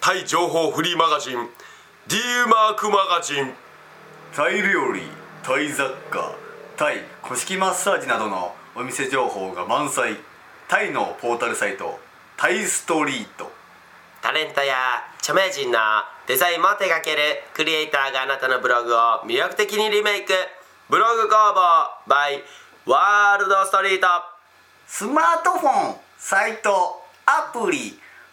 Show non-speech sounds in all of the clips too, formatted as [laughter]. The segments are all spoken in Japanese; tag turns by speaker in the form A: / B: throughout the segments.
A: タイ情報フリーマガジン D マークマガジン
B: タイ料理タイ雑貨タイ古式マッサージなどのお店情報が満載タイのポータルサイトタイストリート
A: タレントや著名人のデザインも手掛けるクリエイターがあなたのブログを魅力的にリメイクブログ工房 by ワールドストリート
B: スマートフォンサイトアプリ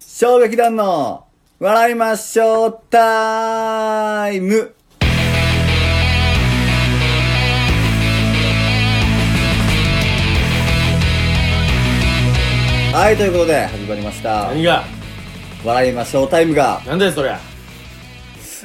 C: 小劇団の笑いましょうタイムはいということで始まりました
D: 何が
C: 笑いましょうタイムが、
D: 何だよそりゃ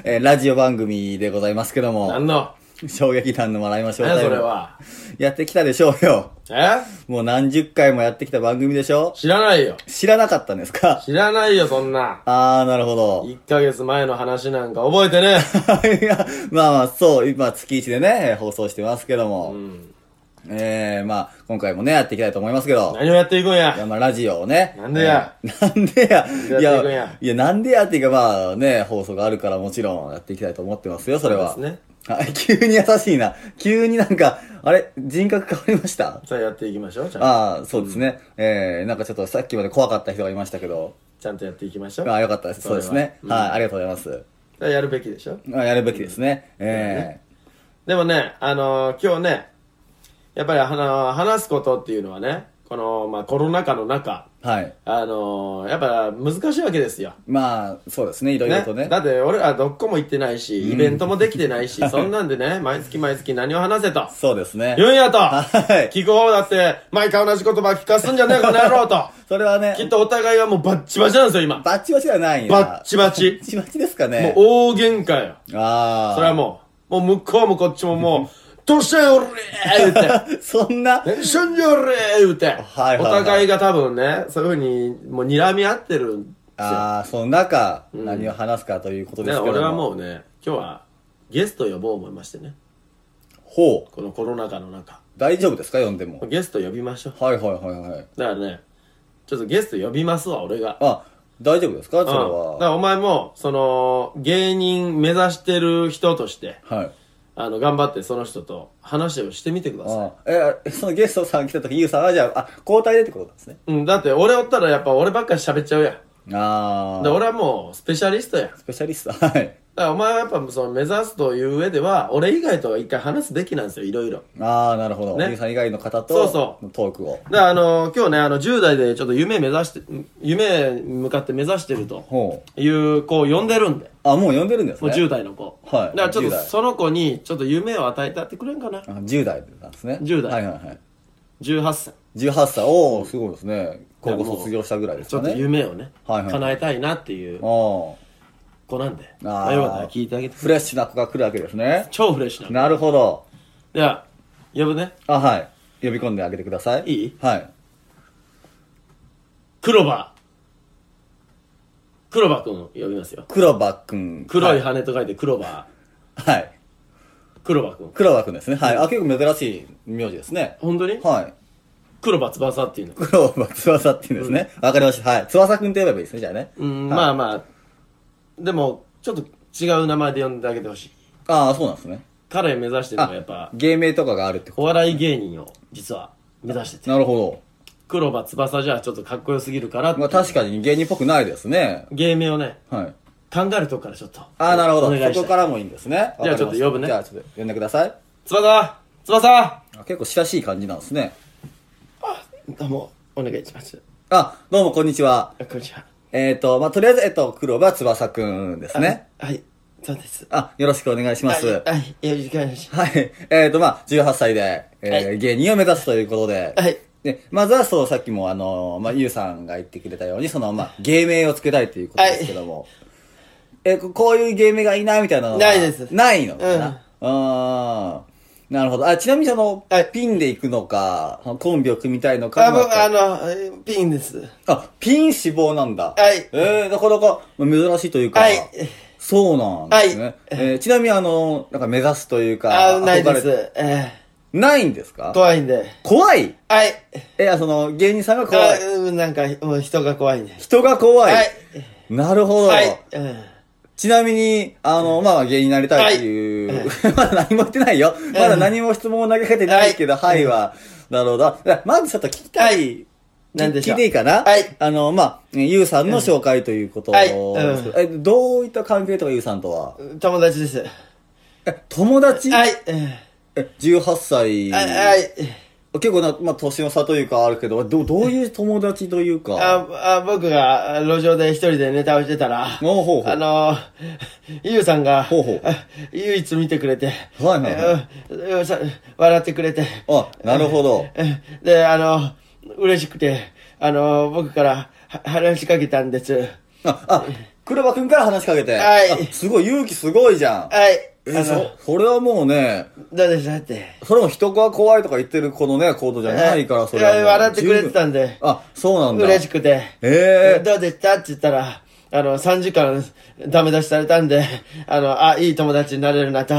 C: えーラジオ番組でございますけども
D: 何の
C: 衝撃団の笑いましょう
D: 何
C: タイ
D: や
C: ム
D: それは
C: やってきたでしょうよ
D: え
C: もう何十回もやってきた番組でしょ
D: 知らないよ
C: 知らなかったんですか
D: 知らないよそんな
C: あー、なるほど。
D: 1ヶ月前の話なんか覚えてね
C: いや、まあまあ、そう、今月一でね、えー放送してますけども。えー、まあ、今回もね、やっていきたいと思いますけ [laughs] ど。
D: 何をやっていくん
C: いや、
D: や
C: まあ、ラジオをね。
D: なんでや
C: えー。なんでや。い
D: やっていくん
C: や
D: や、
C: いや、なんでやっていうか、まあね、放送があるからもちろん [laughs] やっていきたいと思ってますよ、それは。
D: そうですね
C: はい、急に優しいな。急になんか、あれ、人格変わりました
D: さあやっていきましょうちゃんと
C: ああ、そうですね。えー、なんかちょっとさっきまで怖かった人がいましたけど。
D: ちゃんとやっていきましょう
C: ああ、よかったです。そうですね。
D: それは
C: はい、ありがとうございます。
D: うんやるべきでしょ
C: まあ、やるべきですね。え
D: でもねあのー今日ねやっぱりあのー話すことっていうのはねこのまあコロナ禍の中
C: えはい。
D: あのーやっぱ難しいわけですよ
C: まあ、そうですね。いろいろとね。
D: だって俺らどっこも行ってないしイベントもできてな
C: [laughs]
D: いし、そんなんでね毎月毎月何を話せと
C: そうですね。
D: 言うんやと、
C: はい
D: 聞く方だって、毎回同じ言葉聞かすんじゃねえ、この野郎
C: [laughs]
D: と。
C: それはね、
D: きっとお互いはもうバッチバチなんですよ、今。バ
C: バッチバチではないんや。
D: ッチバチ
C: バ。ッチバチですか
D: も
C: ね
D: う。大喧嘩よ。
C: ああ。
D: それはもう、もう向こうもこっちもも
C: [laughs]
D: う、どうしたよ、俺言うて。
C: う。 [laughs] そんな、
D: 何しんじゃ俺言うて。
C: はいはいはい
D: お互いが多分ね、そういうふうに、もう睨み合ってるんですよ。
C: ああ、その中、何を話すかということで
D: ね、
C: すけども。
D: 俺はもうね、今日はゲスト呼ぼう思いましてね。
C: ほう。
D: このコロナ禍の中。
C: 大丈夫ですか読んでも。
D: ゲスト呼びましょう。
C: はいはいはいはい。
D: だからね、ちょっとゲスト呼びますわ、俺が。
C: あ、大丈夫ですかそれ
D: うん、だから
C: は。
D: お前もその芸人目指してる人として
C: はい。
D: あの頑張ってその人と話をしてみてください
C: ああえ、そのゲストさん来た時、ゆうさんはじゃあ、あ、交代でってことなんですね。
D: うん、だって俺おったらやっぱ俺ばっかり喋っちゃうやん
C: あ
D: で
C: あ。
D: 俺はもうスペシャリストやんだか
C: スペシャリスト。はい。
D: らお前はやっぱその目指すという上では俺以外とは一回話すべきなんですよいろいろ
C: ああ、なるほど。
D: ね
C: ゆうさん以外の方
D: そうそ
C: と、トークを。
D: だからあの今日ねあの10代でちょっと夢目指して夢に向かって目指してると
C: ほう。
D: いう子を呼んでるんで
C: あ、もう呼んでるんです
D: もう
C: ね。
D: 10代の子
C: はい
D: だからちょっ
C: 10
D: と
C: 代
D: その子にちょっと夢を与えてやってくれんかな
C: あ10代なんですね。
D: 10代
C: はいはいはい。
D: 18歳
C: 18歳。おおすごいですね。高
D: いやも
C: 校
D: う
C: 卒業したぐらいです
D: ちょ
C: か
D: っと
C: ね。
D: 夢をね、
C: はいはい
D: 叶えたいなっていう
C: あ
D: 子なんで、
C: あ
D: まあよかったら聞いてあげて
C: あ。フレッシュな子が来るわけですね。
D: 超フレッシュな
C: なるほど。
D: では呼ぶね
C: あ、はい。呼び込んであげてください。
D: いい
C: はい。
D: 黒羽黒羽くんを呼びますよ
C: 黒羽くん。
D: 黒い
C: は
D: 羽と書いて黒羽、
C: はい。
D: 黒羽くん
C: 黒羽くんですね。はい。あ、結構珍しい名字ですね。
D: 本当に
C: はい。
D: 黒羽翼っていうの
C: 黒羽翼っていうんですね。わ、かりました。はい。翼くんって呼べばいいですね、じゃあね。
D: うん、
C: はい
D: まあまあでもちょっと違う名前で呼んであげてほしい
C: ああ、そうなんですね。
D: 彼目指してるの
C: あ
D: はやっぱ、
C: 芸名とかがあるってこ
D: お笑い芸人を実は目指して
C: と。
D: て
C: なるほ
D: 黒羽翼じゃちょっとかっこよすぎるからってい
C: ま
D: う
C: あ確かに芸人っぽくないですね。
D: 芸名をね、
C: はい。
D: カンガルーとこからちょっと。
C: ああ、なるほ
D: お願いした
C: ど。
D: い
C: そこからもいいんですね。
D: じゃあちょっと呼ぶね
C: わかりましたじゃあちょっと呼んでください。
D: 翼翼
C: あ結構親しい感じなんですね。
D: どうも、お願いします。
C: あ、どうもこんにちは。
D: あこんにちは。
C: えっと、まあとりあえず、えっと、黒羽翼くんですね。
D: はい、そうです。
C: あ、よろしくお願いします。
D: はい、はい、よろしくお願いします。
C: はい。えっ、と、まあ、18歳で、えー
D: はい
C: 芸人を目指すということで、
D: はい
C: で、まずは、そう、さっきも、あの、まあ、ゆうさんが言ってくれたように、その、まあ、芸名をつけたいということですけども、えーここういう芸名がいいな、みたいなのは
D: ないです
C: ないのかな。うん。なるほど。あ、ちなみに、その、
D: はい
C: ピンで行くのか、そのコンビを組みたいのか
D: あ、
C: ま
D: 僕、あの、えーピンです。
C: あ、ピン志望なんだ。
D: はい
C: えー、なかなかまあ珍しいというか。
D: はい
C: そうなんですね。
D: はい
C: えーちなみにあの、なんか目指すというか。
D: あ、ないで
C: 憧れ。
D: す。え
C: ないんですか
D: ー、怖いんで。
C: 怖い
D: はい。
C: え、あその、芸人さんが怖
D: あ
C: い。
D: うんなんか、もう人が怖いんで。
C: 人が怖い。
D: はい。
C: なるほど。
D: はい。うん
C: ちなみに、あの、まあ、芸人になりたいっていう、 [laughs] まだ何も言ってないよ。まだ何も質問を投げかけてないけど、
D: は
C: はいいは、なるほど。じゃあまずちょっと聞きた
D: はい
C: い。
D: 何でしょ
C: 聞
D: う
C: いていいかな
D: はい
C: あの、まあ、ゆうさんの紹介ということ
D: うんはい
C: ですけどえ、どういった関係とかゆうさんとは
D: 友達です。
C: え、友達
D: はい。うん
C: え、18歳。
D: はいはい。
C: 結構な、まあ、年の差というかあるけど、ど、どういう友達というか。
D: ああ僕があ路上で一人でネタをしてたら、
C: おうほうほう
D: あの [laughs] ー、ゆうさんが、
C: ほうほう
D: あ [laughs] 唯一見てくれて、
C: はいはいは
D: えーさ笑ってくれて、
C: あ、なるほど。
D: えで、あの、嬉しくて、あの、僕からは話しかけたんです。
C: あ、あ、黒羽くんから話しかけて。
D: はい
C: あすごい、勇気すごいじゃん。
D: はい。あ
C: え、そ
D: の、、
C: それはもうね、
D: どうでしたって。
C: それも人が怖いとか言ってるこのね、行動じゃないから、それはも
D: え
C: う。
D: 笑ってくれてたんで
C: 十分あ、そうなんだ。
D: 嬉しくて。
C: ええ
D: [laughs] どうでしたって言ったら、あの、3時間ダメ出しされたんで、あの、あ、いい友達になれるなと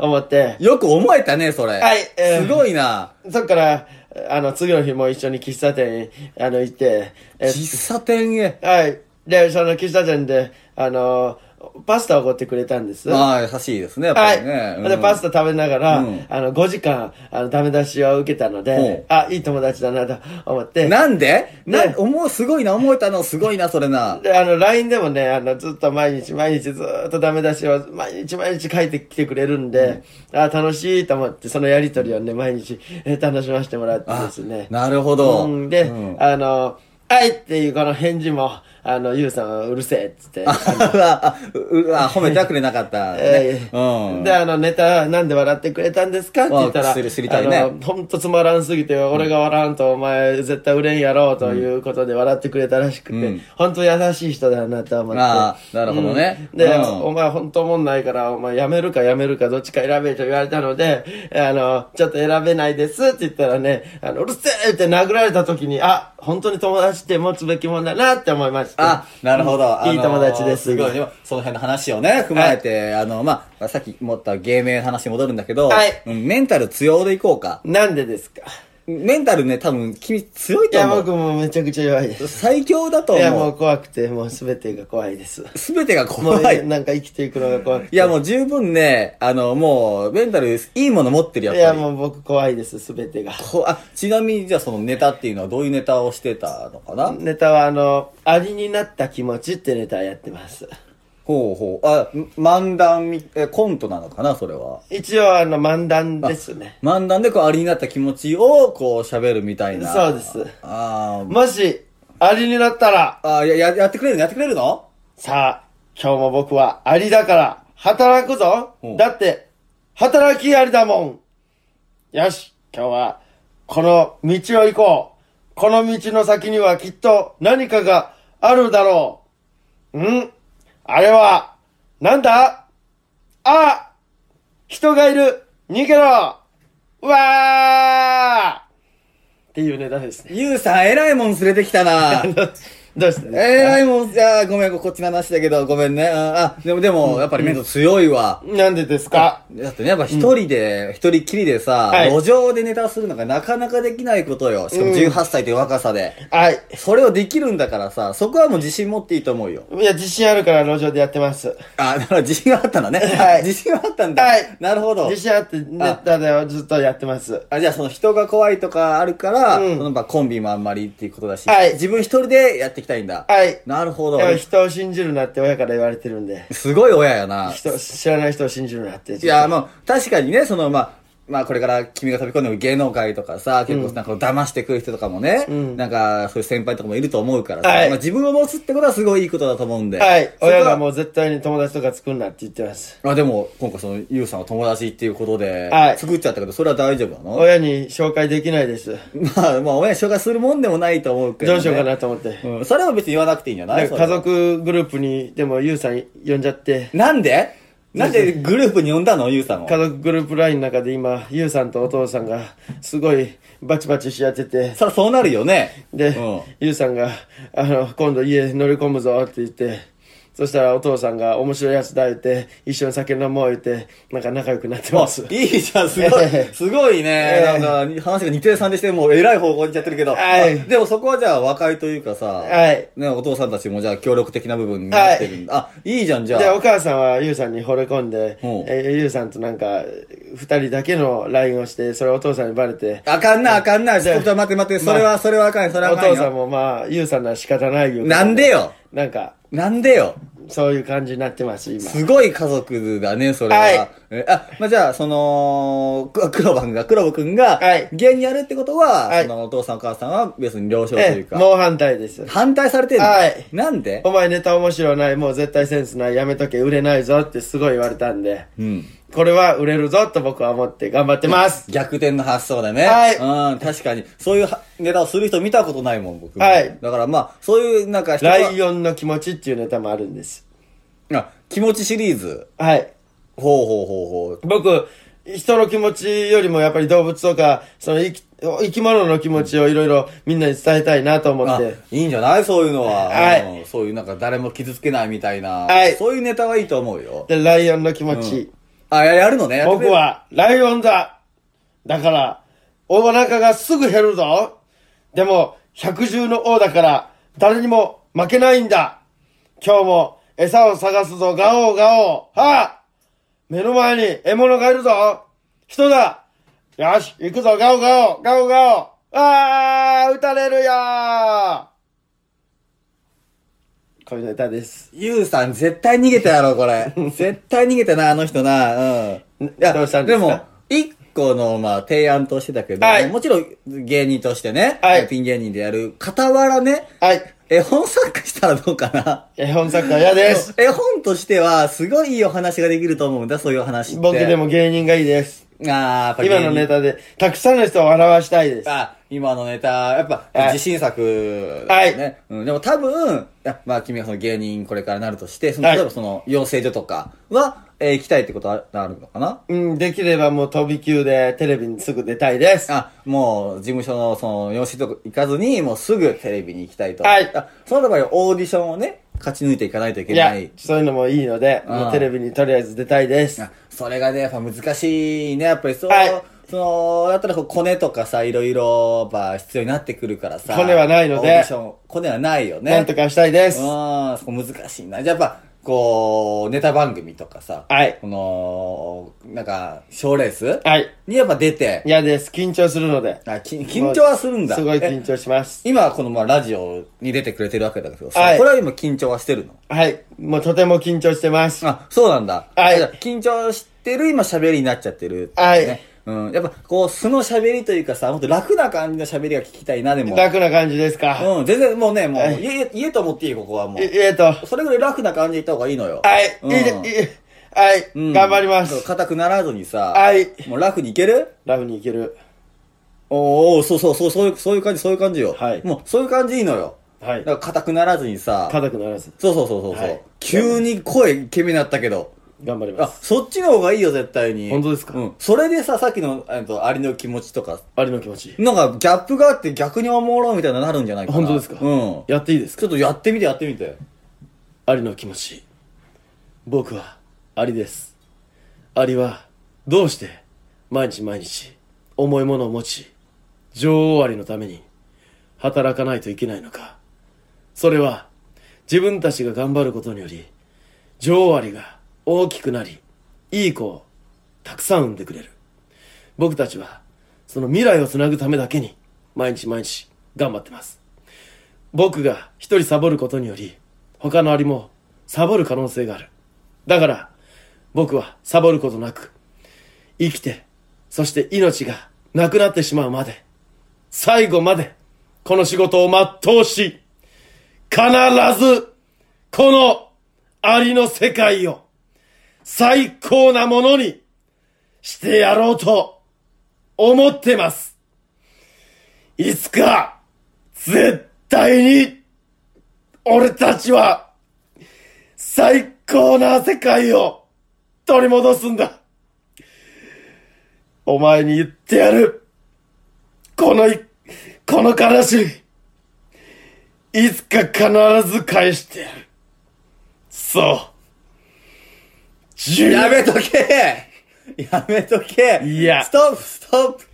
D: 思って、
C: よく思えたね、それ。
D: はいえー
C: すごいな。
D: そっから、あの、次の日も一緒に喫茶店に、あの、行って、え
C: 喫茶店へ。
D: はい。で、その喫茶店で、あの、パスタをおごってくれたんです。
C: まあ、優しいですね、やっぱ
D: はい。
C: りね。うん
D: で、パスタ食べながら、
C: うん
D: あの、5時間、あの、ダメ出しを受けたので、
C: う
D: あ、いい友達だなと思って、
C: なんでな
D: ね、
C: 思う、すごいな、思えたの、すごいな、それ
D: [laughs]
C: な。
D: で、あの、LINE でもね、あの、ずっと毎日毎日ずっとダメ出しを、毎日毎日書いてきてくれるんで、あ、楽しいと思って、そのやりとりをね、毎日、え楽しませてもらってですね。
C: なるほど。
D: うん、で、
C: うん
D: あの、はいっていうこの返事も、あの、ゆうさんはうるせえっつって。
C: あううあ褒めてはくれなかった、
D: [laughs] え
C: ね。
D: ー
C: うん。
D: で、あの、ネタ、なんで笑ってくれたんですかって言ったら、
C: あ知り知りたいね
D: あの、ほんとつまらんすぎて、俺が笑わんと、お前、絶対売れんやろうということで笑ってくれたらしくて、
C: うん
D: ほんと優しい人だなと思って。
C: あーなるほどね
D: うんで、
C: うん
D: お前ほんとおもんないから、お前やめるかやめるかどっちか選べと言われたので、あの、ちょっと選べないですって言ったらね、あの、うるせえって殴られた時に、あ、本当に友達って持つべきもんだなって思いました。
C: あ、なるほど。あのー
D: いい友達です。
C: すごい。でもその辺の話をね、踏まえて、あの、まあ、さっき持った芸名の話に戻るんだけど、
D: はい
C: うんメンタル強でいこうか。
D: なんでですか
C: メンタルね、多分君強い
D: い
C: と
D: や、
C: 思
D: 僕
C: う。
D: もめちゃくちゃ弱いです。
C: 最強だと
D: いや、も
C: 思
D: う
C: う。
D: 怖くて、もう全てが怖いです。
C: すべてが
D: も
C: 怖
D: う、
C: い。
D: なんか生きていくのが怖くて。
C: いや、もう十分ね、あの、もう、メンタルいいもの持ってるや
D: い
C: っ
D: や、
C: ぱり。
D: もう僕怖いです、全てが。
C: こあ、ちなみに、じゃあそのネタっていうのはどういうネタをしてたのかな
D: ネタは、あの、アリになった気持ちってネタやってます。
C: ほうほう。あ、漫談み、え、コントなのかなそれは。
D: 一応、あの、漫談ですね。
C: 漫談でこう、ありになった気持ちを、こう、喋るみたいな。
D: そうです
C: あー
D: もし、アリになったら、
C: あー、や、ややってくれるのやってくれるの
D: さあ、今日も僕はアリだから、働くぞ
C: うん
D: だって、働きアリだもんよし、今日は、この道を行こうこの道の先にはきっと何かがあるだろううんあれは、なんだあ人がいる逃げろうわーっていうネタですね。 [laughs]
C: ゆうさん、偉いもん連れてきたな。
D: どうして
C: えらいもん、いやーごめん、こっちの話だけど、ごめんね。あ、あでも、でも、やっぱりメント強いわ。
D: なんでですか
C: だってね、やっぱ一人で、一、人きりでさ、
D: はい
C: 路上でネタするのがなかなかできないことよ。しかも
D: うん
C: 18歳という若さで。
D: はい。
C: それをできるんだからさ、そこはもう自信持っていいと思うよ。
D: いや、自信あるから路上でやってます。
C: あ、だから自信があったんだね。
D: はい
C: 自信があったんだ。
D: はい
C: なるほど。
D: 自信あってネタでずっとやってます。
C: あじゃあその人が怖いとかあるから、
D: うん
C: そのまあコンビもあんまりっていうことだし、
D: はい
C: 自分一人でやっていきたいんだ。
D: はい。
C: なるほど。
D: やっぱ人を信じるなって親から言われてるんで。
C: すごい親やな。
D: 人、知らない人を信じるなって。
C: いや、まあ、確かにね、その、まあ、まあ、これから君が飛び込んでも芸能界とかさ、結構なんか騙してくる人とかもね、
D: ん
C: なんか、そういう先輩とかもいると思うからさ、
D: はい
C: まあ、自分を持つってことはすごいいいことだと思うんで。
D: はい。
C: そこは
D: 親がもう絶対に友達とか作んなって言ってます。
C: まあ、でも、今回その、ゆうさんは友達っていうことで、
D: はい
C: 作っちゃったけど、それは大丈夫なの
D: 親に紹介できないです。
C: [laughs] まあ、まあ、親に紹介するもんでもないと思うけど、
D: ど
C: ね。
D: うしようかなと思って。
C: うん、それは別に言わなくていいんじゃない
D: なんか家族グループに、でも、ゆうさん呼んじゃって
C: そ、れはなんでなんでグループに呼んだのゆうさんを。
D: 家族グループラインの中で今、ゆうさんとお父さんが、すごい、バチバチし合ってて、
C: そらそうなるよね。
D: で、
C: うん
D: ゆうさんが、あの、今度家乗り込むぞって言って、そしたらお父さんが面白いやつだ言って、一緒に酒飲もう言って、なんか仲良くなってます。
C: いいじゃん、す
D: [laughs]
C: ごい
D: ええ。
C: すごいね。
D: ええ
C: なんか、話が二定三でして、もう偉い方向に行っちゃってるけど。
D: はい
C: あでもそこはじゃあ和解というかさ、
D: はい
C: ね、お父さんたちもじゃあ協力的な部分になってるんだ。あ、いいじゃん、じゃ
D: で、お
C: あ。
D: 母さんはゆうさんに惚れ込んで、
C: うん
D: えゆうさんとなんか、二人だけの LINE をして、それをお父さんにバレて、
C: あかんな、あかんな。ち
D: で
C: ょっと待って待って、それは、それはあかんよ、それはあ
D: お
C: かん
D: 父さん
C: よ。
D: もまあ、ゆうさんなら仕方ないよ。
C: なんでよ。
D: なんか、
C: なんでよ。
D: そういう感じになってます、今。
C: すごい家族だね、それは。
D: はい
C: えあ、まあ、じゃあ、その、く黒番が、黒部くんが
D: はい、
C: 芸人やるってことは、
D: はい
C: そのお父さんお母さんは別に了承とい
D: え
C: う
D: え、
C: か、
D: もう反対です。
C: 反対されてるの、
D: はい
C: なんで
D: お前ネタ面白ない、もう絶対センスない、やめとけ、売れないぞってすごい言われたんで、
C: うん。
D: これは売れるぞと僕は思って頑張っ
C: [laughs]
D: てます。
C: 逆転の発想だね。
D: はい
C: うん、確かに。そういうはネタをする人見たことないもん、僕。
D: はい
C: だからまあ、そういう、なんか人が
D: ライオンの気持ちっていうネタもあるんです。
C: あ気持ちシリーズ。
D: はい。
C: ほうほうほうほう。
D: 僕、人の気持ちよりもやっぱり動物とか、その生き生き物の気持ちをいろいろみんなに伝えたいなと思っ
C: あ
D: て。
C: いいんじゃないそういうのは、
D: はい
C: うんそういうなんか誰も傷つけないみたいな。
D: はい
C: そういうネタはいいと思うよ。
D: で、ライオンの気持ち。
C: あ、ややるのね。やってく
D: 僕
C: れる。
D: はライオンだだから、お腹がすぐ減るぞでも、百獣の王だから、誰にも負けないんだ今日も餌を探すぞ、ガオーガオーはあ目の前に獲物がいるぞ人だよし、行くぞ、ガオガオガオガオああ撃たれるよーこういうネタです。
C: ゆうさん絶対逃げたやろ、こ
D: [laughs]
C: れ。絶対逃げたな、あの人な。うん。い
D: どうしたんですか
C: も、一個の、まあ、提案としてだけど、
D: はい
C: もちろん芸人としてね、
D: はい
C: ピン芸人でやる、傍らね、
D: はい。
C: 絵本作家したらどうかな。
D: 絵本作家、嫌
C: [laughs]
D: です。
C: 絵本としては、すごいいいお話ができると思うんだ、そういうお話って。
D: 僕で。も芸人がいいです。
C: あーやっぱ芸人
D: 今のネ。タで、たくさんの人を笑わしたいです。
C: あ、今のネタ、やっぱ、
D: はい
C: 自信作だよね、うん。でも多分、あまあ君がその芸人これからなるとして、その
D: はい
C: 例えばその養成所とかは、えー行きたいってことはあるのかな
D: うん、できればもう飛び級でテレビにすぐ出たいです。
C: あ、もう事務所のその養成所とか行かずに、もうすぐテレビに行きたいと。
D: はい
C: あその場合オーディションをね、勝ち抜いていかないといけ
D: い
C: な
D: や
C: い。、
D: そういうのもいいので、
C: うん
D: もうテレビにとりあえず出たいです。
C: あそれがね、やっぱ難しいね。やっぱりそう、
D: はい
C: その、やったらこう、コネとかさ、いろいろ、やっぱ必要になってくるからさ。
D: コネはない
C: オ
D: ので
C: ーディション、コネはないよね。
D: なんとかしたいです。
C: うん、そこ難しいな。じゃあやっぱ、こう、ネタ番組とかさ、
D: はい
C: この、なんか、賞レース
D: はい。
C: にやっぱ出て、
D: 嫌です。緊張するので。
C: あき緊張はするんだ。
D: すごい
C: え
D: 緊張します。
C: 今はこのまあラジオに出てくれてるわけだけどさ、
D: はい
C: これは今緊張はしてるの
D: はい。もうとても緊張してます。
C: あ、そうなんだ。
D: はい
C: じゃあ緊張してる今喋りになっちゃってる、
D: はい
C: ねうん。やっぱこう素の喋りというかさ、もっと楽な感じの喋りが聞きたいな、でも。
D: 楽な感じですか。
C: うん、全然もうね、もう、
D: はい
C: 言え、言えと思っていい、ここはも。
D: いうえっと、は
C: それぐらい楽な感じでいった方がいいのよ。
D: い。
C: うん
D: いいでいいはい、
C: うん
D: 頑張りま
C: そう
D: す。
C: 硬くならずにさ、
D: はい。
C: もう楽にいける
D: ラフにいける。
C: おーおーそうそうそう、そういう、そういう感じ、そういう感じよ。
D: はい
C: もう、そういう感じいいのよ。
D: はい
C: だか。ら硬くならずにさ、
D: 硬くならず。
C: そうそうそうそうそう、
D: はい
C: 急に声イケメンになったけど。
D: 頑張りま
C: あ
D: す。、
C: そっちの方がいいよ、絶対に。
D: 本当ですか
C: うん。それでさ、さっきの、えっと、ありの気持ちとか、
D: ありの気持ち。
C: なんか、ギャップがあって逆におもろいみたいになるんじゃないかな。
D: 本当ですか
C: うん。
D: やっていいです
C: ちょ
D: か
C: っとやってみて、やってみて。
D: ありの気持ち。僕は、ありです。ありは、どうして、毎日毎日、重いものを持ち、女王アリのために、働かないといけないのか。それは、自分たちが頑張ることにより、女王アリが大きくなり、いい子をたくさん産んでくれる。僕たちは、その未来をつなぐためだけに、毎日毎日頑張ってます。僕が一人サボることにより、他のアリもサボる可能性がある。だから、僕はサボることなく、生きて、そして命がなくなってしまうまで、最後まで、この仕事を全うし、必ず、このアリの世界を、最高なものにしてやろうと思ってます。いつか、絶対に、俺たちは、最高な世界を取り戻すんだ。お前に言ってやる。このい、この悲しみ。いつか必ず返してやる。そう。10
C: やめとけやめとけ
D: いや
C: ストップ、ストップ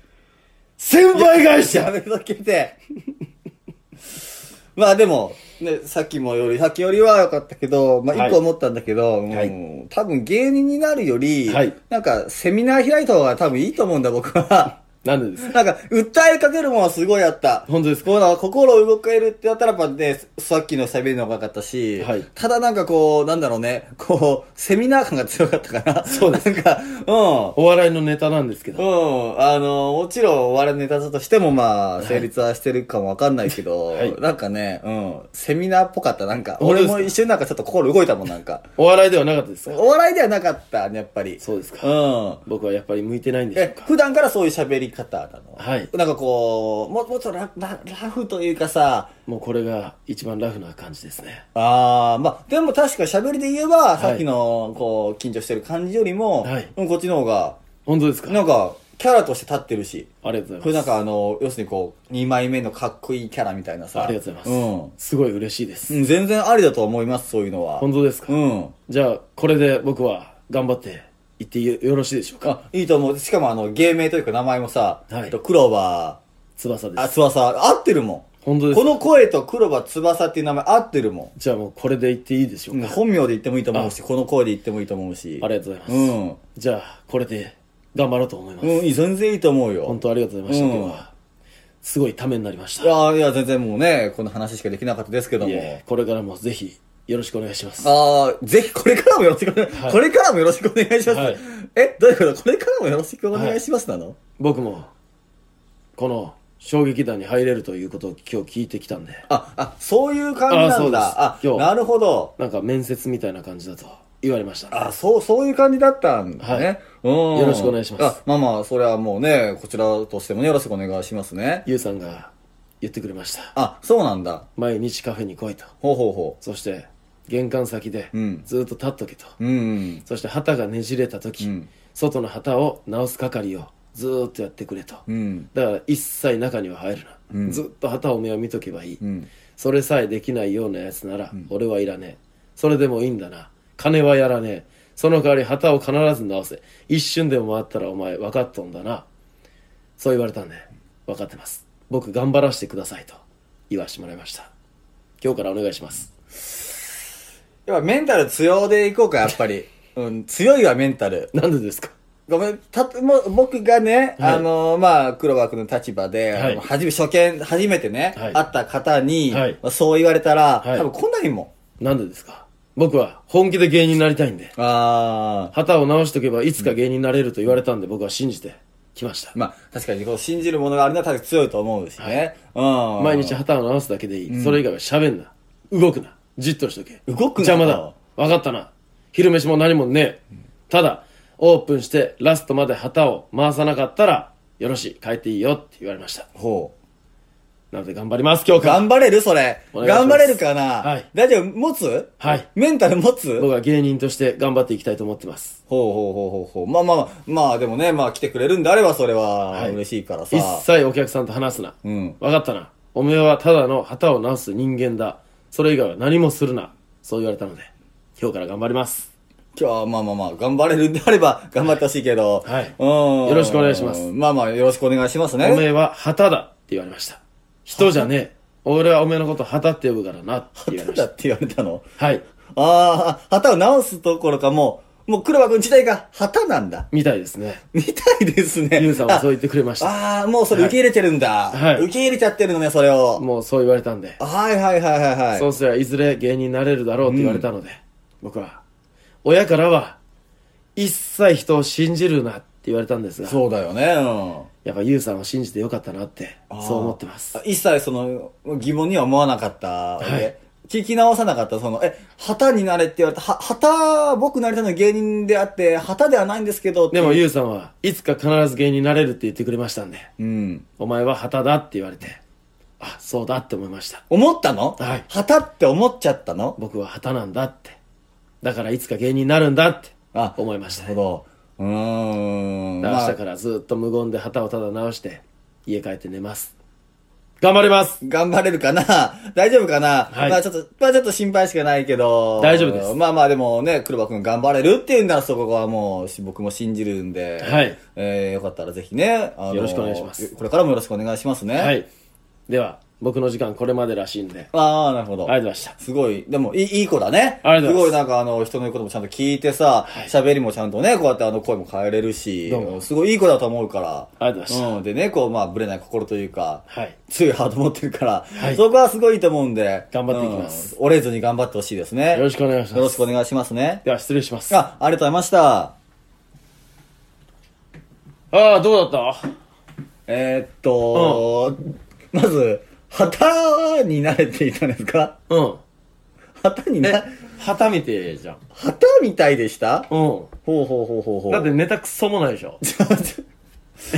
D: 先輩返し
C: や
D: や
C: めとけて。 [laughs] まあでも、ね、さっきもより、さっきよりは良かったけど、まあ
D: はい
C: 一個思ったんだけど、
D: はい
C: うん多分芸人になるより、
D: はい
C: なんかセミナー開いた方が多分いいと思うんだ、僕は。 [laughs]
D: なんでですか
C: なんか、訴えかけるものはすごいあった。
D: 本当ですか
C: こうなんか心を動かれるってやったら、やっぱね、さっきの喋りの方が良かったし、
D: はい
C: ただなんかこう、なんだろうね、こう、セミナー感が強かったかな。
D: そうです
C: なんか、うん。
D: お笑いのネタなんですけ
C: う
D: ど。
C: ん。あの、もちろん、我々ネタだとしても、まあ、成立はしてるかもわかんないけど、
D: はい
C: なんかね、うん。セミナーっぽかった、なんか。
D: 本当
C: 俺
D: ですか
C: も一瞬なんかちょっと心動いたもん、なんか。
D: お笑いではなかったですか
C: お笑いではなかったね、やっぱり。
D: そうです
C: う
D: か。
C: ん。
D: 僕はやっぱり向いてないんでしょう
C: え
D: か、。
C: 普段からそういう喋り方なの
D: はい
C: なんかこう、ももっとラララフというかさ、
D: もうこれが一番ラフな感じですね。
C: ああ、まあ、でも確か喋りで言えば、さっきの、こう、緊張してる感じよりも、
D: はい
C: うんこっちの方が、
D: 本当ですか
C: なんか、キャラとして立ってるし。
D: ありがとう
C: こ
D: ご
C: れ
D: ざ
C: ないん
D: ます。
C: かあの、要するにこう、2枚目のかっこいいキャラみたいなさ。
D: ありがとうございま
C: う
D: す。すごい嬉しいです。
C: ん。うん、全然ありだと思います、そういうのは。
D: 本当ですか
C: うん。
D: じゃあ、これで僕は頑張って行ってよよろしいでしょうか
C: あ、いいと思う。しかもあの、芸名というか名前もさ、
D: はい
C: えっと、クローバ
D: 翼
C: ー、
D: で
C: あ、
D: す。
C: 翼、合ってるも
D: 本当
C: ん。
D: です
C: こ
D: か
C: の声とクローバー翼っていう名前合ってるも
D: じゃあもうこれで行っていいでしょ
C: ん。う
D: うんか
C: 本名で言ってもいいと思うし、この声で言ってもいいと思うし。
D: ありがとうございます
C: うん。
D: じゃあ、これで頑張ろうと思います。
C: うん、いい全然いいと思うよ。
D: 本当ありがとうございました、今日
C: うん
D: は。すごいためになりまし
C: い
D: た。
C: や、いや、全然もうね、この話しかできなかったですけど
D: い
C: も。
D: えこれからもぜひよろしくお願いします。
C: ああ、ぜひこれからもよろしくお願い、これからもよろしくお願いします。
D: はい
C: え、どういうことこれからもよろしくお願いしますなの、
D: 僕も、この衝撃団に入れるということを今日聞いてきたんで、
C: あ、あ、そういう感じな
D: あそ
C: ん
D: うです
C: だ。あ、
D: 今日
C: なるほど。
D: なんか面接みたいな感じだと言われましたんで。
C: あ、そう、そういう感じだったんだね。
D: はい
C: うん。
D: よろしくお願いします
C: あ、まあまあ、それはもうね、こちらとしてもね、よろしくお願いしますね。
D: ゆうさんが言ってくれました。
C: あ、そうなんだ。
D: 毎日カフェに来いと。
C: ほうほうほ
D: そして、玄関先で
C: うん
D: ずっと立っとけと。
C: う。うん。
D: そして旗がねじれた時、
C: うん
D: 外の旗を直す係をずーっとやってくれと。
C: うん。
D: だから一切中には入るな。
C: うん
D: ずっと旗を目を見とけばいい。
C: うん。
D: それさえできないようなやつなら、俺はいらねえ。それでもいいんだな。金はやらねえ。その代わり旗を必ず直せ。一瞬でも回ったらお前分かっとんだな。そう言われたんで、分かってます。僕頑張らせてくださいと言わしてもらいました。今日からお願いします。
C: やっぱメンタル強でいこうか、やっぱり。うん、強いわ、メンタル。
D: なんでですか
C: ごめん、たと、もう、僕がね、
D: はい
C: あの、まあ、黒羽君の立場で、
D: はい
C: あの初め、初見、初めてね、
D: はい
C: 会った方に、
D: はい
C: まあそう言われたら、
D: はい
C: 多分来ないもん。
D: なんでですか僕は本気で芸人になりたいんで。
C: ああ。
D: 旗を直しとけばいつか芸人になれると言われたんで僕は信じてきました。
C: まあ、確かに、こう、信じるものがあるのは確かに強いと思うしね。うん。
D: 毎日旗を直すだけでいい、それ以外は喋んな動くなじっとしとけ
C: 動くな
D: 邪魔だ分かったな昼飯も何もねえ、ただオープンしてラストまで旗を回さなかったらよろしい帰っていいよって言われました
C: ほう。
D: なので頑張ります、今日から。
C: 頑張れるそれ。
D: お願いしま
C: 頑
D: す
C: 張れるかな、
D: はい
C: 大丈夫持つ
D: はい
C: メンタル持つ
D: 僕は芸人として頑張っていきたいと思ってます。
C: ほうほうほうほうほう。まあまあまあ、まあでもね、まあ来てくれるんであればそれは
D: はい
C: 嬉しいからさ。
D: 一切お客さんと話すな。
C: うん
D: わかったな。おめえはただの旗を直す人間だ。それ以外は何もするな。そう言われたので、今日から頑張ります。
C: 今日はまあまあまあ、頑張れるんであれば頑張ってほしいけど。
D: はい
C: うん。
D: よろしくお願いします
C: まあまあ、よろしくお願いしますね。
D: おめえは旗だって言われました。人じゃねえ。俺はおめえのこと旗って呼ぶからなって言わ
C: 旗
D: れまし
C: だ
D: た。
C: って言われたの
D: はい。
C: ああ、旗を直すどころかもう、もう黒羽君自体が旗なんだ。
D: みたいですね。
C: みたいですね。
D: ユンさんはそう言ってくれました。
C: ああー、もうそれ受け入れてるんだ。
D: はい
C: 受け入れちゃってるのね、それを。
D: もうそう言われたんで。
C: はいはいはいはいはい。
D: そうすればいずれ芸人になれるだろうって言われたので、僕は、親からは、一切人を信じるなって言われたんですが、
C: そうだよね。う
D: やっぱユウさんを信じてよかったなって、
C: ん。
D: そう思ってます
C: あ。ー。一切その、疑問には思わなかったわけ。
D: はい
C: 聞き直さなかった、その、え、旗になれって言われた。は、旗、僕なりたいのは芸人であって、旗ではないんですけど。
D: でも
C: う。
D: ユウさんはいつか必ず芸人になれるって言ってくれましたんで、
C: うん。
D: お前は旗だって言われて、あ、そうだって思いました。
C: 思ったの
D: はい
C: 旗って思っちゃったの
D: 僕は旗なんだって。だからいつか芸人になるんだって
C: あ
D: 思いました
C: なる
D: ね。
C: ほど。うーん。
D: だから
C: ま
D: 明
C: あ
D: 日からずっと無言で旗をただ直して、家帰って寝ます。頑張ります
C: 頑張れるかな [laughs] 大丈夫かな、
D: はい
C: まあちょっと、まあちょっと心配しかないけど。
D: 大丈夫です
C: まあまあでもね、黒羽くん頑張れるっていうんならそこはもうし僕も信じるんで。
D: はい。
C: えー、よかったらぜひね。あの
D: よろしくお願いします
C: これからもよろしくお願いしますね。
D: は。い。では、僕の時間これまでらしいんで、
C: ああ、なるほど。
D: ありがとうございました。
C: すごい、でもいい、いい子だね。
D: ありがとうござ
C: すごいな
D: います
C: んかあの、人の言うこともちゃんと聞いてさ、喋、りもちゃんとね、こうやってあの、声も変えれるし
D: どうも、
C: すごいいい子だと思うから。
D: ありがとうございました
C: うん。でね、こう、まあ、ぶれない心というか、
D: はい。
C: 強いハート持ってるから、
D: はい
C: そこはすごいいいと思うんで、
D: 頑張っていきます
C: うん折れずに頑張ってほしいですね。
D: よろしくお願いします
C: よろしくお願いしますね。
D: では、失礼します。あ
C: あ、ありがとうございました。
D: あー、どうだった
C: えー、っと、まず、旗に慣れていたんですか
D: うん。
C: 旗にな、
D: 旗見てじゃん。
C: 旗みたいでした
D: う
C: ほうほうほうほうほ
D: ん。
C: う。
D: だってネタクソもないでしょ。
C: [laughs]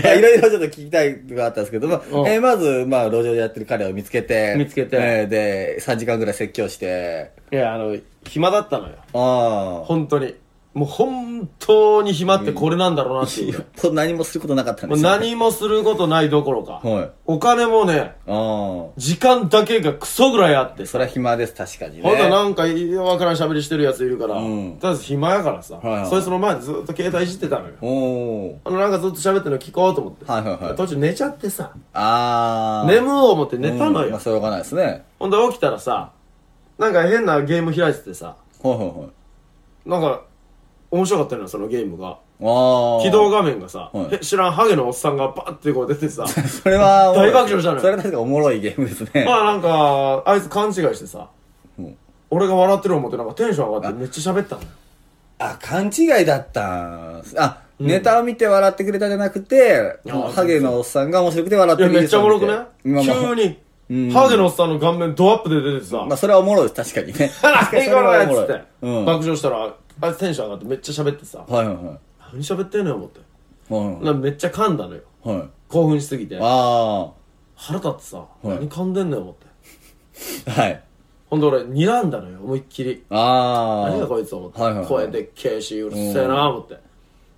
C: まあいろいろちょっと聞きたいのがあったんですけど、まあ
D: うん
C: えーまず、まあ、路上でやってる彼を見つけて、
D: 見つけて
C: えーで、3時間ぐらい説教して、
D: いや、あの、暇だったのよ。
C: ああ、
D: 本当に。もう本当に暇ってこれなんだろうなっていう。
C: と何もすることなかったん
D: も
C: で
D: う
C: すよ、ね。
D: 何もすることないどころか。
C: はい。
D: お金もね、
C: あ
D: 時間だけがクソぐらいあって
C: あ、そりゃ暇です、確かにね。
D: ほんとなんかいいわからん喋りしてるやついるから、
C: うん
D: とりあえず暇やからさ、
C: はいはい
D: そいつの前でずっと携帯いじってたのよ。
C: おー。
D: あの、なんかずっと喋ってるの聞こうと思って。
C: はいはいはい
D: 途中寝ちゃってさ、
C: ああ。
D: 眠おう思って寝たの
C: うんま
D: よ
C: あ、。しょうがないですね。
D: ほんで起きたらさ、なんか変なゲーム開いててさ、
C: ほいほいほい。
D: なんか、面白かったのよ、そのゲームが。
C: ああ。
D: 起動。画面がさ、
C: はい
D: へ知らんハゲのおっさんがバッてこう出てさ、
C: [laughs] それは、
D: 大爆笑したのよ
C: それは確かおもろいゲームですね。
D: まあなんか、あいつ勘違いしてさ、
C: うん
D: 俺が笑ってる思ってなんかテンション上がってめっちゃ喋ったのよ。
C: あ、勘違いだったんすあ、ネタを見て笑ってくれたじゃなくて、
D: あ
C: ハゲのおっさんが面白くて笑っ
D: い
C: て
D: や、
C: くれた
D: めっちゃおもろくね
C: まあまあ
D: 急に、
C: うん
D: ハゲのおっさんの顔面ドアップで出てさ、
C: ま
D: [laughs]
C: あ、それはおもろいです、確かにね。
D: あら、いいかなっつって、
C: うん。はい
D: 爆笑したら、あいつテンション上がってめっちゃ喋ってさ、
C: [laughs] はいはい。
D: 何喋ってんのよ、思って。
C: は
D: なめっちゃ噛んだのよ。
C: い。はい。
D: 興奮しすぎて。
C: あ
D: 腹立ってさ、
C: い
D: 何噛んでんのよ、思って。
C: あ。はい。
D: ほんで俺、睨んだのよ、思いっきり。
C: ああ。
D: 何だこいつ、思って。
C: はいはいはい
D: 声でっけえし、うるせえな、思って。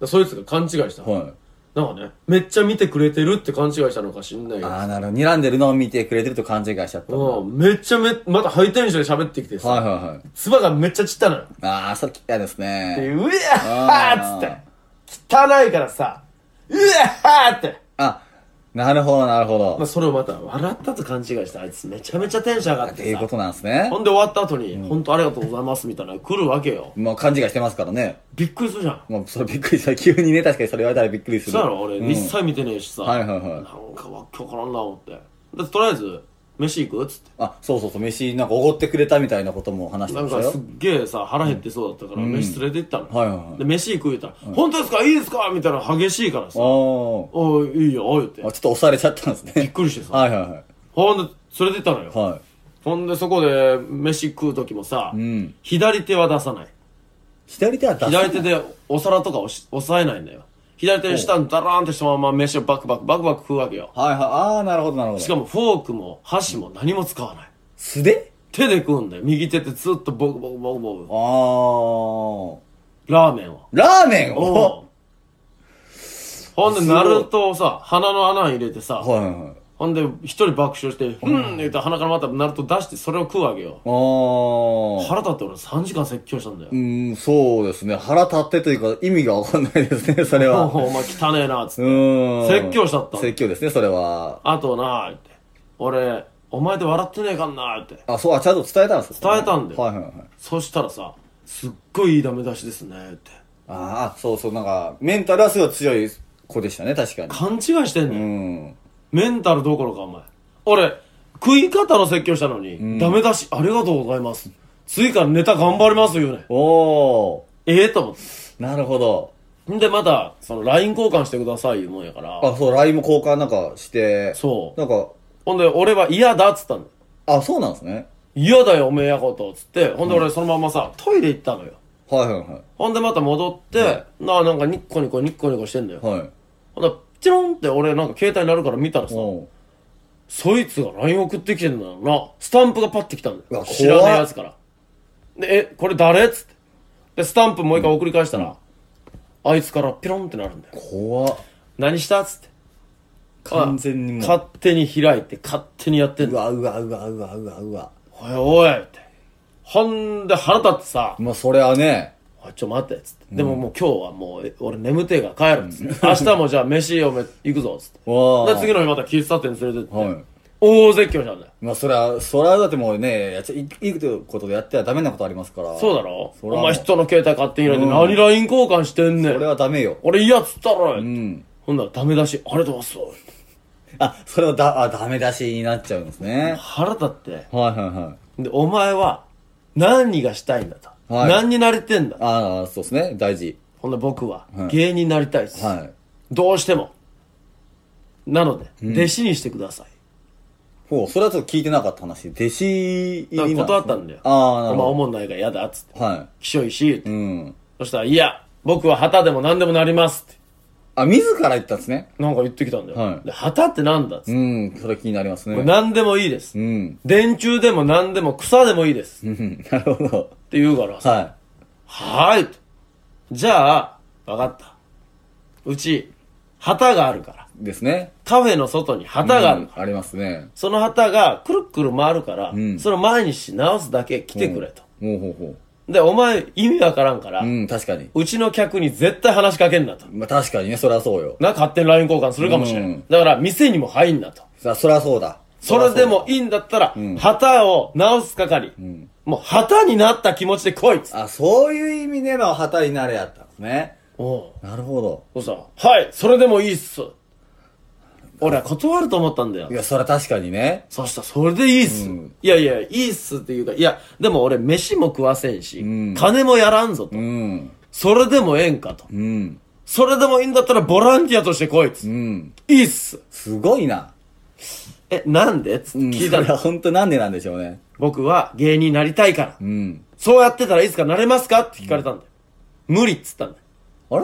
D: でそいつが勘違いしたの。
C: はい。
D: なんかね、めっちゃ見てくれてるって勘違いしたのか知んないけど
C: ああ、なるほど。睨んでるのを見てくれてると勘違いしちゃったんだ。は
D: うん、めっちゃめ、またハイテンションで喋ってきて
C: いはい
D: さ、
C: はい。
D: 唾がめっちゃ散ったのよ。
C: ああ、それ嫌いです
D: で
C: ね。
D: うわーっ
C: あー
D: つって。汚いからさ、うわーって。
C: あ、なるほど、なるほ
D: まあ、
C: ど。
D: それをまた笑ったと勘違いして、あいつめちゃめちゃテンション上がっ
C: って
D: て
C: いうこ
D: さ。
C: となんですね
D: ほ。んで終わった後に、ほんとありがとうございますみたいなのが来るわけよ。
C: まあ、勘違いしてますからね。
D: びっくりするじゃん。
C: まあ、それびっくりした。急にね、確かにそれ言われたらびっくりする。
D: そうやろ俺、
C: うん
D: 一切見てねえしさ。
C: はいはいはい
D: なんかわっきょからんな思って。で、とりあえず、飯行くっつって。
C: あ、そうそうそう、飯なんかおごってくれたみたいなことも話して
D: な
C: ま
D: ん
C: した
D: か
C: よ
D: すっ。げえさ、腹減ってそうだったから、飯連れて行ったの。
C: はいはいはい
D: で、飯行く言ったら、本当ですかいいですかみたいなの激しいからさ。
C: あー
D: おい、いいよ、おいって。
C: あ。ちょっと押されちゃったんですね。び
D: びっくりしてさ。
C: はいはいはい。
D: ほんで、連れてったのよ。
C: は
D: ほんで、そこで、飯食う時もさ、
C: い。うん。
D: 左手は出さない。
C: 左手は出さない
D: 左手でお皿とか押し押さえないんだよ。左手の下にダラーンとしたまま飯をバクバクバクバク食うわけよ。
C: はいはい。ああ、なるほど、なるほど。
D: しかもフォークも箸も何も使わない。
C: 素手
D: 手で食うんだよ。右手でずっとボクボクボク
C: あ
D: ボ
C: あ。
D: ク。ラーメンを。
C: ラーメン
D: お
C: を
D: うほんで、ナルトをさ、鼻の穴に入れてさ、
C: はいはいはい。
D: ほんで、一人爆笑して、うん言うて鼻からまたナルト出して、それを食うわけよ。
C: ああ。
D: 腹立って俺3時間説教したんだよ
C: う。ーん、そうですね。腹立ってというか、意味がわかんないです
D: [laughs]
C: ね、それは。
D: お前汚ねえな、つって
C: う。ーん。
D: 説教しちゃったの
C: 説教ですね、それは。
D: あとな、って。俺、お前で笑ってねえかんな、って。
C: あ、そう、あ、ちゃんと伝えたんですか
D: 伝えたんだよ
C: はいはいはい。
D: そしたらさ、すっごいいいダメ出しですね、って。
C: ああ、そうそう、なんか、メンタルはすごい強い子でしたね、確かに。
D: 勘違いしてんの
C: う
D: よ。
C: ん。
D: メンタルどころか、お前。俺、食い方の説教したのに、ダメ出し、ありがとうございます。次からネタ頑張ります、言うね。
C: おお
D: ええと思って。
C: ーなるほど。
D: んで、また、その、LINE 交換してください、いうもんやから。
C: あ、そう、LINE も交換なんかして。
D: そう
C: なんか、
D: ほんで、俺は嫌だ、っつったの。
C: あ、そうなんですね。
D: 嫌だよ、おめえやこと、つって。ほんで、俺そのままさ、トイレ行ったのよ。
C: はいはいは
D: ほんで、また戻って、なあ、なんかニッコニコニッコニコしてんだよ。
C: い。はい。
D: ほんで、チロンって俺なんか携帯鳴るから見たらさ、
C: おう
D: そいつが LINE 送ってきてんだよな。スタンプがパッてきたんだ
C: う
D: よ。
C: わ
D: 知らねえやつから。で、え、これ誰っつって。で、スタンプもう一回送り返したら、あいつからピロンってなるんだよ。
C: 怖っ。
D: 何したっつって。
C: 完全にもう
D: 勝手に開いて、勝手にやってん
C: う
D: だよ。
C: わうわうわうわうわうわ。
D: おいおいって。ほんで腹立ってさ、
C: まあ、それはね、
D: あちょ待ってっつって、でももう今日はもうえ俺眠てえから帰るっつって明日もじゃあ飯をめ行くぞっつって
C: わ [laughs] あ
D: で次の日また喫茶店連れてって、
C: はい
D: 大絶叫したんだよ
C: まあ、それは、それはだってもうね、やっちゃいいいことでやってはダメなことありますから。
D: そうだろ
C: そら
D: お前人の携帯買って開いて
C: うん
D: 何 LINE 交換してんね
C: それ
D: ん
C: はダメよ。
D: 俺嫌っつったろよっ
C: う
D: て
C: ん。
D: ほんならダメ出しありがとうございます
C: あ、それはだ、あ、ダメ出しになっちゃうんですね。
D: 腹立って
C: はいはいはい。
D: でお前は何がしたいんだと、
C: はい
D: 何になりてんだ
C: ああ、そうですね。大事。
D: ほんなら僕は
C: はい
D: 芸人になりたいです、
C: はい。
D: どうしてもなので、弟子にしてください
C: ほう、それはちょっと聞いてなかった話。弟子入り
D: だ
C: な
D: か
C: んです
D: ら
C: ね
D: 断ったんだよ
C: ああ、なる
D: お前
C: ほ
D: 思んないから嫌だっつって
C: ど。は
D: きしょいし、
C: い。うん。
D: そしたら、いや、僕は旗でも何でもなりますって、
C: あ、自ら言ったんですね。
D: なんか言ってきたんだよ。
C: はい
D: で旗ってなんだっつって、
C: うん、それ気になります
D: これ
C: ね。
D: 何でもいいです、
C: うん。
D: 電柱でも何でも草でもいいです。っ
C: うん、 [laughs] なるほど。
D: て言うからさ、
C: は
D: はーいと。じゃあ、わかった。うち、旗があるから。
C: い。ですね。
D: カフェの外に旗があるから。
C: うんありますね。
D: その旗がくるっくる回るから、
C: ん
D: その毎日直すだけ来てくれと。
C: ほうほうほ
D: で、お前意味わからんから、
C: う。うん、確かに。
D: うちの客に絶対話しかけんなと。
C: まあ、確かにね、そりゃそうよ。
D: な、勝手に LINE 交換するかもしれん。
C: うん
D: だから、店にも入んなと。
C: さあ、そりゃそうだ。
D: それでもいいんだったら、旗を直す係、もう旗になった気持ちで来いっつって。
C: あ、そういう意味での旗になれやったんですね。
D: おう
C: なるほど。
D: そうさ、はい、それでもいいっす。俺は断ると思ったんだよ
C: い。や、そりゃ確かにね。
D: そしたら、それでいいっす、いやいや、いいっすっていうか、いや、でも俺、飯も食わせんし、金もやらんぞと。
C: うん。
D: それでもええんかと。
C: うん。
D: それでもいいんだったら、ボランティアとして来いっつって、
C: うん。
D: いいっす。
C: すごいな。
D: え、なんでっつって
C: うん
D: 聞いた
C: それは
D: ら、
C: 本当なんでなんでしょうね。
D: 僕は芸人になりたいから。
C: うん。
D: そうやってたらいつかなれますかって聞かれたんだよ。無理っつったんだよ。
C: あ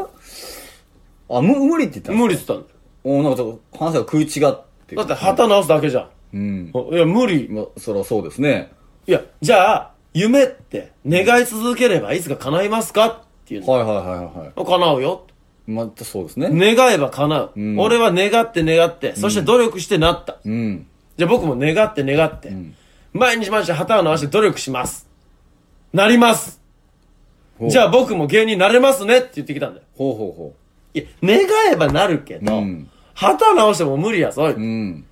C: れあ、む、無理って言った
D: 無理っつったんだよ。
C: おなんかちょっと話が食い違って。
D: だって旗直すだけじゃん。
C: うん。
D: いや、無理。
C: まあ、そりゃそうですね。
D: いや、じゃあ、夢って願い続ければいつか叶いますかっていうの。
C: はいはいはいは
D: 叶うよ。
C: い。またそうですね。
D: 願えば叶う。
C: ん
D: 俺は願って願って、そして努力してなった。
C: うん。
D: じゃあ僕も願って願って、毎日毎日旗を直して努力します。なります。
C: ほう
D: じゃあ僕も芸人になれますねって言ってきたんだよ。
C: ほうほうほ
D: いや、願えばなるけど、
C: うん
D: 旗直しても無理やぞ。
C: う。うん。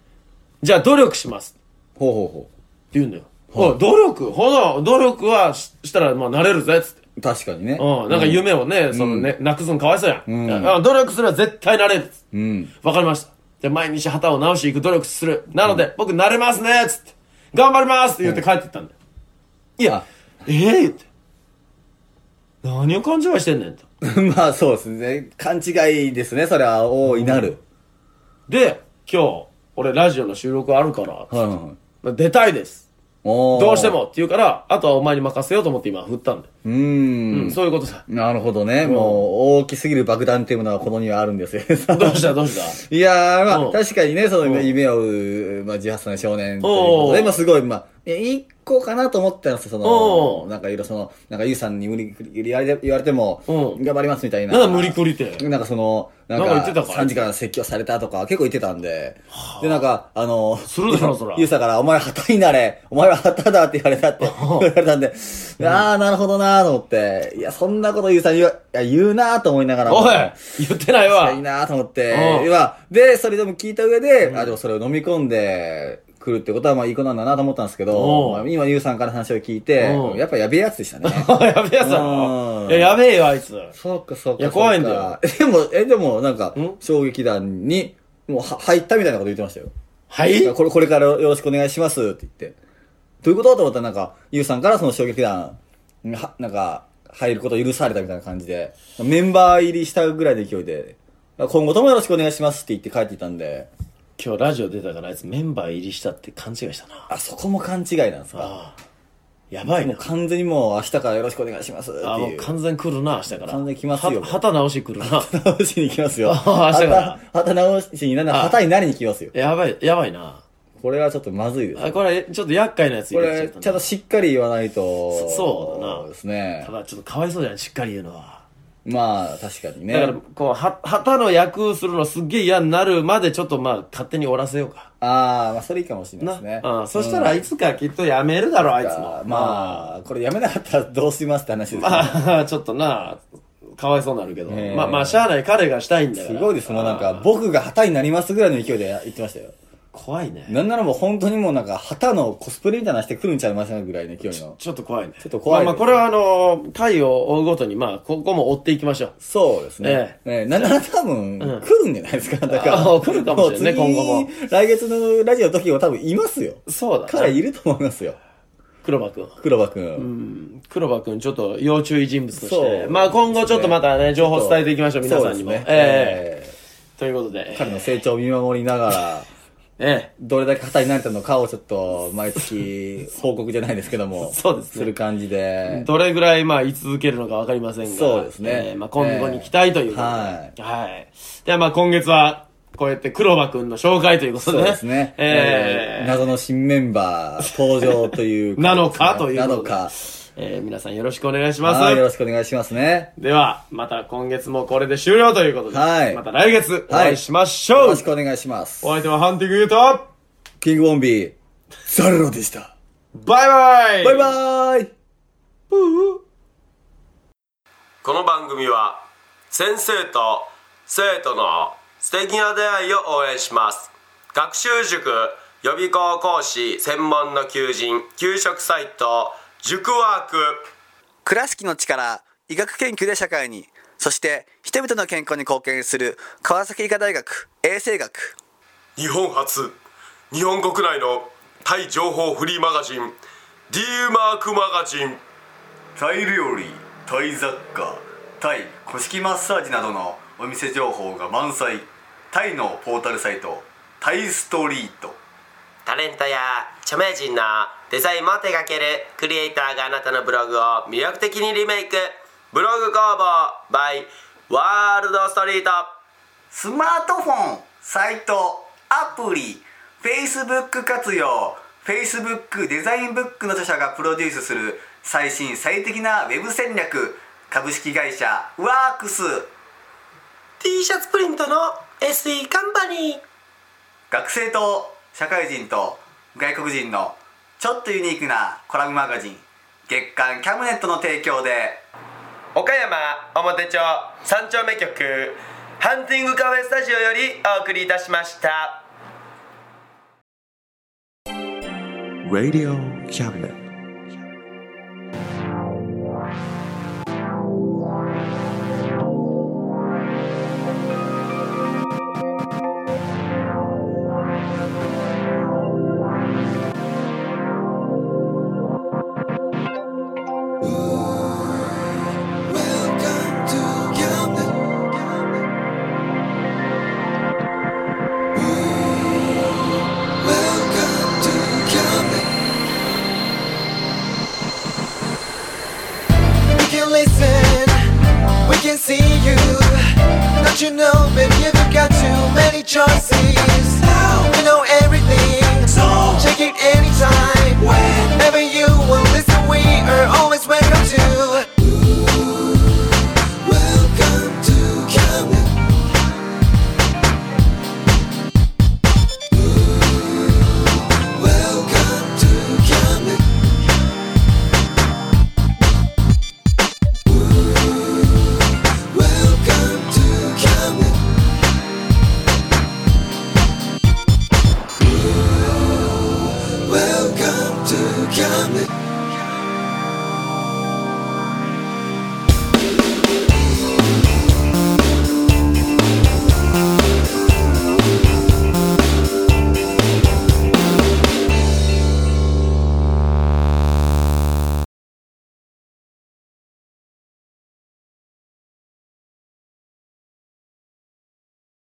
D: じゃあ努力します。
C: ほうほうほ
D: って言うんだよ。おい、努力、ほな、努力はししたら、まあ、なれるぜ、つって。
C: う。確かにね。
D: [laughs] うん、なんか夢をね、そのね、なくすのかわいそうやん。うん努力すれば絶対なれるっつって。
C: うん。
D: わかりました。じゃあ毎日旗を直していく努力する。なので、僕なれますね、つって。頑張りますって言って帰ってったんだよ。
C: いや、
D: ええって。何を勘違いしてんねんと。
C: [laughs] まあそうですね。勘違いですね。それは大いなる。
D: で、今日、俺ラジオの収録あるから、
C: はいはいはい。
D: 出たいです。
C: おー
D: どうしてもって言うから、あとはお前に任せようと思って今振ったんだよ。
C: う
D: うんん、そういうことさ。
C: なるほどね。もう、大きすぎる爆弾っていうものはこのにはあるんですよ。
D: どうしたどうした
C: いやー、ま
D: う
C: あ、
D: ん
C: 確かにね、その
D: ん
C: 夢を追う、まあ、18歳の少年ということ
D: お
C: で、
D: う
C: まあ、すごい、まあ、いや一個かなと思ったんですよ、そ
D: お
C: の、
D: う
C: なんかいろいろその、なんか、ゆうさんに無理くり言われて言われても、
D: うん
C: 頑張りますみたいな。
D: なんだ無理くりって。
C: なんかその、なん
D: なんか言って
C: か、
D: たか
C: 3時間説教されたとか、結構言ってたんで、で、なんか、あの、
D: するだろそら
C: ゆうさんから、お前旗になれ、お前は旗だって言われた
D: [laughs]
C: って、言われたんで、あー、なるほどなーと思って、いや、そんなことゆうさん言う、いや言うなーと思いなが [laughs] らも、
D: おい言ってないわ
C: いいなと思っ
D: う
C: て、
D: ん
C: まあで、それでも聞いた上で、あ、でもそれを飲み込んでくるってことは、まあいい子なんだなと思ったんですけど、
D: うん
C: まあ今、ゆうさんから話を聞いて
D: う、ん
C: やっぱやべえやつでした
D: [laughs]
C: ね。
D: やべえやつだ
C: うん
D: ろ。いや、やべえよ、あいつ。
C: そうか、そうか。
D: いや怖いんだよ
C: そうか。でも、え、でも、なんか
D: ん、
C: 衝撃団に、もうは、入ったみたいなこと言ってましたよ。
D: はい
C: これ、これからよろしくお願いしますって言って。どういうことと思ったら、なんか、ゆうさんからその衝撃団、は、なんか、入ることを許されたみたいな感じで、メンバー入りしたぐらいの勢いで、今後ともよろしくお願いしますって言って帰っていったんで、
D: 今日ラジオ出たからあいつメンバー入りしたって勘違いしたな。
C: あ、そこも勘違いなんですか。
D: ああ。やばい
C: もう
D: な。
C: 完全にもう明日からよろしくお願いしますっていう。
D: ああ、もう完全来るな、明日から。
C: 完全来ますよ
D: は旗直し来るな。
C: 直しに行きますよ。
D: あ明日から
C: 旗旗直しになら、旗になりに来ますよ。
D: やばい、やばいな。
C: これはちょっとまずいです。
D: あこれ、ちょっと厄介なやつ
C: こ
D: 入れ
C: れ、
D: ちゃっ
C: ちゃ
D: た
C: んと
D: な。
C: しっかり言わないと。
D: そそうだな
C: ですね
D: た。だ、ちょっとかわいそうじゃないしっかり言うのは。
C: まあ、確かにね。
D: だから、こう、は、旗の役するのすっげえ嫌になるまでちょっとまあ、勝手におらせようか。
C: ああ、まあ、それいいかもしれない
D: な。
C: ですね。
D: うん。そした
C: う
D: ら
C: ん
D: いつかきっとやめるだろ、あいつも。
C: まあ、これやめなかったらどうしますって話ですね。
D: まあ、ちょっとな、かわいそうになるけど。
C: え
D: まあまあ、しゃあない、彼がしたいんだか
C: す
D: ら。
C: ごいです、もうなん
D: あ
C: か
D: ー、
C: 僕が旗になりますぐらいの勢いで言ってましたよ。
D: 怖いね。
C: なんならもう本当にもうなんか、旗のコスプレみたいなのしてくるんちゃいますかぐらいの勢いの。
D: ちょっと怖いね。
C: ちょっと怖いです
D: まあまあ、これはあのー、回を追うごとに、まあ、ここも追っていきましょう。
C: そうですね。ええなんなら多分、来るんじゃないですか。だから。
D: あー来るかもしれんね
C: う次
D: 今後も
C: 来月のラジオの時も多分いますよ。
D: そうだ
C: 彼
D: ね。
C: いると思いますよ。
D: 黒羽くん。
C: 黒羽くん。
D: うん黒羽くん、ちょっと要注意人物とし
C: そう
D: て。まあ、今後ちょっとまたね、情報伝えていきましょう、皆さんにも。
C: そうですね
D: ええ。ということで。
C: 彼の成長を見守りながら、
D: ええ。
C: どれだけ肩になれたのかをちょっと、毎月、報告じゃないですけども。
D: [laughs] そうですね
C: する感じで。
D: どれぐらい、まあ、居続けるのかわかりませんが。
C: そうですね
D: ええまあ、今後に期待ということ
C: え
D: で。はい。では、まあ、今月は、こうやって黒羽くんの紹介ということで。
C: そうですね。
D: ええ。
C: 謎の新メンバー登場という、
D: なのかという
C: な
D: ことで
C: のか。
D: えー皆さんよろしくお願いしま
C: はい、よろ
D: す。
C: しくお願いしますね。
D: では、また今月もこれで終了ということで、
C: はい
D: また来月お会いしましょう、
C: よろしくお願いします
D: お。相手はハンティングユート
C: キングボンビー、ザルロでした。
D: バイバイ
C: バイバーイ
A: この番組は先生と生徒の素敵な出会いを応援します学習塾予備校講師専門の求人給食サイト塾ワーク
E: 倉敷の力医学研究で社会にそして人々の健康に貢献する川崎医科大学衛生学
A: 日本初日本国内のタイ情報フリーマガジン D マークマガジン
F: タイ料理タイ雑貨タイ古式マッサージなどのお店情報が満載タイのポータルサイトタイストリート
A: タレントや著名人のデザインも手掛けるクリエイターがあなたのブログを魅力的にリメイクブログ工房 by ワールドストリート
F: スマートフォンサイトアプリ Facebook 活用 Facebook デザインブックの著者がプロデュースする最新最適なウェブ戦略株式会社ワークス
A: T シャツプリントの SE カンパニー
F: 学生と社会人と外国人のちょっとユニークなコラムマガジン月刊キャムネットの提供で
A: 岡山表町三丁目局ハンティングカフェスタジオよりお送りいたしました。
G: Radio Cabinet.
H: Welcome to Camden. Listen, we can see you. Don't you know, baby, you've got too many choices. You know everything, so check it anytime. Whenever you will listen, we are always welcome to. Welcome to Camden. Welcome to Camden. Welcome to Camden. Welcome to Camden.